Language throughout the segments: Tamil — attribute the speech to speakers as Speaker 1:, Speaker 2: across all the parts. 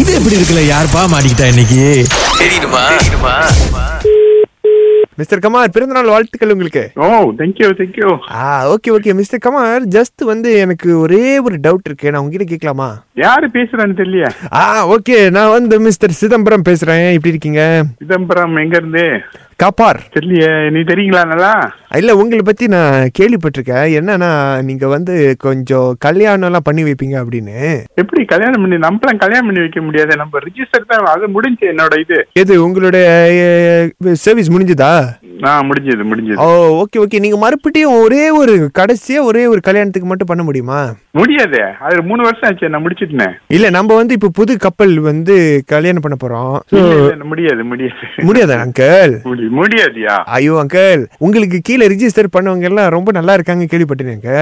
Speaker 1: இது எப்படி இருக்குல்ல யாருப்பா மாட்டிக்கிட்டா இன்னைக்கு
Speaker 2: மிஸ்டர் கமார் பிறந்தநாள் வாழ்த்துக்கள் உங்களுக்கு
Speaker 3: ஓ தேங்க்யூ தேங்க்யூ
Speaker 2: ஆ okay okay mister Qamar just வந்து எனக்கு ஒரே ஒரு டவுட் இருக்கு நான் உங்ககிட்ட கேட்கலாமா
Speaker 3: யாரு பேசுறான்னு தெரியல
Speaker 2: ஆ ஓகே நான் வந்து மிஸ்டர் சிதம்பரம் பேசுறேன் எப்படி இருக்கீங்க
Speaker 3: சிதம்பரம் எங்க இருந்து
Speaker 2: காப்பார்
Speaker 3: தெரியல நீ தெரியுங்களா நல்லா
Speaker 2: இல்ல உங்களை பத்தி நான் கேள்விப்பட்டிருக்கேன் என்னன்னா நீங்க வந்து கொஞ்சம் கல்யாணம் எல்லாம் பண்ணி வைப்பீங்க அப்படின்னு
Speaker 3: எப்படி கல்யாணம் பண்ணி நம்மளாம் கல்யாணம் பண்ணி வைக்க முடியாது நம்ம ரிஜிஸ்டர் தான் அது முடிஞ்சு என்னோட இது
Speaker 2: எது உங்களுடைய சர்வீஸ் முடிஞ்சுதா
Speaker 3: ஆ முடிஞ்சது முடிஞ்சது
Speaker 2: ஓ ஓகே ஓகே நீங்க மறுபடியும் ஒரே ஒரு கடைசியா ஒரே ஒரு கல்யாணத்துக்கு மட்டும் பண்ண முடியுமா
Speaker 3: முடியாது அது மூணு வருஷம் ஆச்சு நான் முடிச்சிட்டேன்
Speaker 2: இல்ல நம்ம வந்து இப்ப புது கப்பல் வந்து கல்யாணம் பண்ண போறோம்
Speaker 3: இல்ல, இல்ல, முடியாது முடியாது
Speaker 2: முடியாதா அங்கிள்
Speaker 3: முடி- முடியாதுயா
Speaker 2: ஐயோ அங்கிள் உங்களுக்கு கீழே ரிஜிஸ்டர் பண்ணவங்க எல்லாம் ரொம்ப நல்லா இருக்காங்க கேள்விப்பட்டேன் அங்கிள்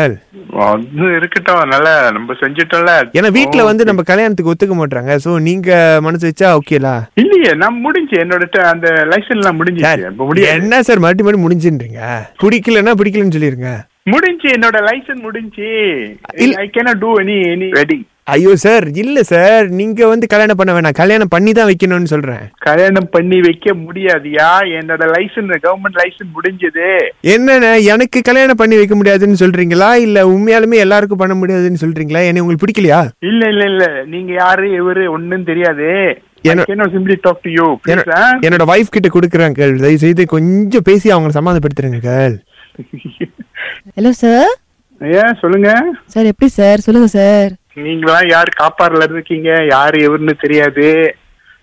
Speaker 3: அது இருக்கட்டும் நல்ல நம்ம செஞ்சிட்டோம்ல
Speaker 2: ஏன்னா வீட்ல வந்து நம்ம கல்யாணத்துக்கு ஒத்துக்க மாட்டாங்க சோ நீங்க மனசு வச்சா ஓகேலா
Speaker 3: இல்லையே நான் முடிஞ்சு என்னோட ட- அந்த லைசன்ஸ் எல்லாம்
Speaker 2: சார்
Speaker 3: முடிஞ்சிச்சு இப்ப முடியாது
Speaker 2: என்ன சார் மறுபடியும் மறுபடியும் முடிஞ்சுன்றீங்க பிடிக்கலன்னா பிடிக்கலன்னு சொல்லிருங்க
Speaker 3: முடிஞ்சு என்னோட லைசன்ஸ் முடிஞ்சு
Speaker 2: இல்ல-
Speaker 3: I cannot do any any wedding
Speaker 2: ஐயோ சார் இல்ல சார் நீங்க வந்து கல்யாணம் பண்ண வேணாம் கல்யாணம் பண்ணி தான் வைக்கணும்னு சொல்றேன்
Speaker 3: கல்யாணம் பண்ணி வைக்க முடியாதுயா என்னோட லைசன்ஸ் கவர்மெண்ட் லைசன்ஸ் முடிஞ்சது
Speaker 2: என்னண்ணே எனக்கு கல்யாணம் பண்ணி வைக்க முடியாதுன்னு சொல்றீங்களா இல்ல உண்மையாலுமே எல்லாருக்கும் பண்ண முடியாதுன்னு சொல்றீங்களா என்ன உங்களுக்கு பிடிக்கலையா
Speaker 3: இல்ல இல்ல இல்ல நீங்க யாரு இவரு ஒண்ணும் தெரியாது
Speaker 2: என்ன-
Speaker 3: சிம்பிளி டாக் டு யூ
Speaker 2: என்ன- என்னோட வைஃப் கிட்ட கொடுக்குறேன் கேள் தயவு செய்து கொஞ்சம் பேசி அவங்களை சமாதானப்படுத்துறேங்க கேள்
Speaker 4: ஹலோ சார்
Speaker 3: ஏன் சொல்லுங்க
Speaker 4: சார் எப்படி சார் சொல்லுங்க சார்
Speaker 3: நீங்களா யார் காப்பாறுல இருக்கீங்க யாரு எவருன்னு தெரியாது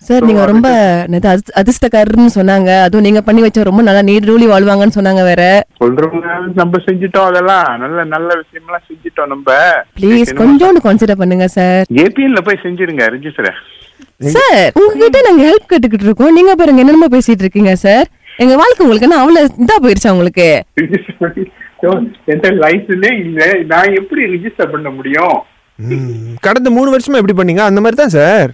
Speaker 4: சார் நீங்க ரொம்ப நேத்து அதிர்ஷ்ட- அதிர்ஷ்டக்காரர்னு சொன்னாங்க அதுவும் நீங்க பண்ணி வச்சா ரொம்ப நல்லா நீடூழி வாழ்வாங்கன்னு சொன்னாங்க வேற
Speaker 3: சொல்றவங்க நம்ம செஞ்சுட்டோம் அதெல்லாம் நல்ல நல்ல விஷயம்லாம் செஞ்சுட்டோம் நம்ம
Speaker 4: ப்ளீஸ் கொஞ்சோண்டு கன்சிடர் பண்ணுங்க சார்
Speaker 3: ஏபிஎன்ல போய் செஞ்சிருங்க ரெஜிஸ்டர்
Speaker 4: சார் உங்ககிட்ட நாங்க ஹெல்ப் கேட்டுக்கிட்டு இருக்கோம் நீங்க பாருங்க என்னென்னமோ பேசிட்டு இருக்கீங்க சார் எங்க வாழ்க்கை உங்களுக்கு என்ன அவ்வளவு இதா போயிருச்சா உங்களுக்கு
Speaker 3: என்கிட்ட லைசன்ஸே இல்ல நான் எப்படி ரிஜிஸ்டர் பண்ண முடியும்
Speaker 2: ம், கடந்த மூணு வருஷமா எப்படி பண்ணீங்க அந்த மாதிரி தான் சார்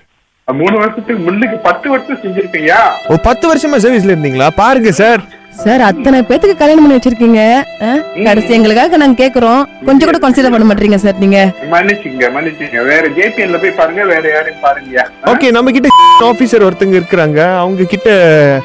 Speaker 3: மூணு வருஷத்துக்கு முன்னுக்கு பத்து வருஷம் செஞ்சிருக்கையா
Speaker 2: ஒரு பத்து வருஷமா சர்வீஸ்ல இருந்தீங்களா பாருங்க சார்
Speaker 4: சார் அத்தனை பேத்துக்கு கல்யாணம் பண்ணி வச்சிருக்கீங்க ஆ? கடைசி எங்களுக்காக நாங்க கேக்குறோம் கொஞ்சம் கூட கன்சிடர் பண்ண மாட்டீங்க சார் நீங்க
Speaker 3: மன்னிச்சுங்க மன்னிச்சுங்க வேற ஜேபிஎன்ல போய் பாருங்க வேற யாரையும் பாருங்கயா
Speaker 2: ஓகே நம்ம கிட்ட ஆபீசர் ஒருத்தங்க இருக்கிறாங்க அவங்க கிட்ட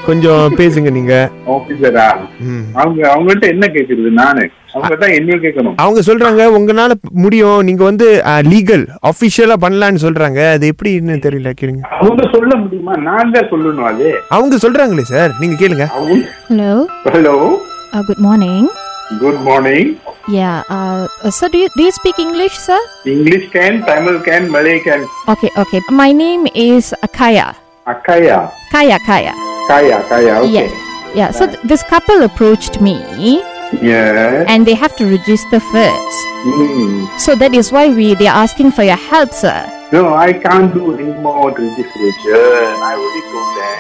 Speaker 2: கொஞ்சம் பேசுங்க நீங்க
Speaker 3: ஆபீசரா
Speaker 2: ம்.
Speaker 3: அவங்க அவங்கள்ட்ட என்ன கேக்குறது நானு அவங்க தான் என்னைய கேட்கணும்
Speaker 2: அவங்க சொல்றாங்க உங்களால முடியும் நீங்க வந்து லீகல் அபிஷியலா பண்ணலாம்னு சொல்றாங்க அது எப்படின்னு தெரியல கேளுங்க
Speaker 3: அவங்க சொல்ல முடியுமா நான் தான் சொல்லணும் அது
Speaker 2: அவங்க சொல்றாங்களே சார் நீங்க கேளுங்க
Speaker 3: அவங்க
Speaker 5: Hello.
Speaker 3: Hello
Speaker 5: Uh, good morning.
Speaker 3: Good morning
Speaker 5: Yeah. Uh, uh, sir, do you do you speak English, sir?
Speaker 3: English can Tamil can மலை can
Speaker 5: Okay. Okay. My name is uh, Kaya.
Speaker 3: அக்காயா
Speaker 5: Kaya. Kaya.
Speaker 3: Kaya Kaya okay
Speaker 5: Yes. Yeah. So th- this couple approached me, and they have to register first. So that is why we they are asking for your help, sir.
Speaker 3: No, I can't do any more registration. Uh, I already told them.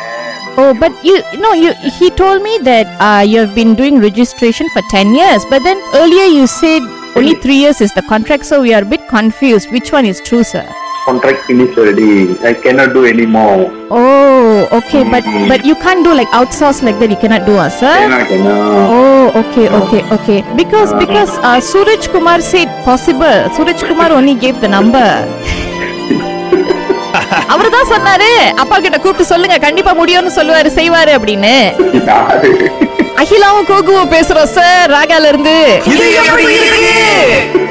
Speaker 5: Oh, but you no, you he told me that uh, you have been doing registration for ten years, but then earlier you said only three years is the contract, so we are a bit confused. Which one is true, sir?
Speaker 3: contract finished already. I cannot do anymore.
Speaker 5: Oh, okay, but but you can't do like outsource like that. You cannot do, uh, sir.
Speaker 3: Cannot, cannot.
Speaker 5: Oh, okay, okay, okay. Because because uh, Suraj Kumar said possible. Suraj Kumar only gave the number. அவர் தான் சொன்னாரு அப்பா கிட்ட கூப்பிட்டு சொல்லுங்க கண்டிப்பா முடியும்னு சொல்லுவாரு செய்வாரு அப்படின்னு
Speaker 3: யாரு?
Speaker 4: அகிலாவும் கோகுவும் பேசுறோம் சார் ராகால இருந்து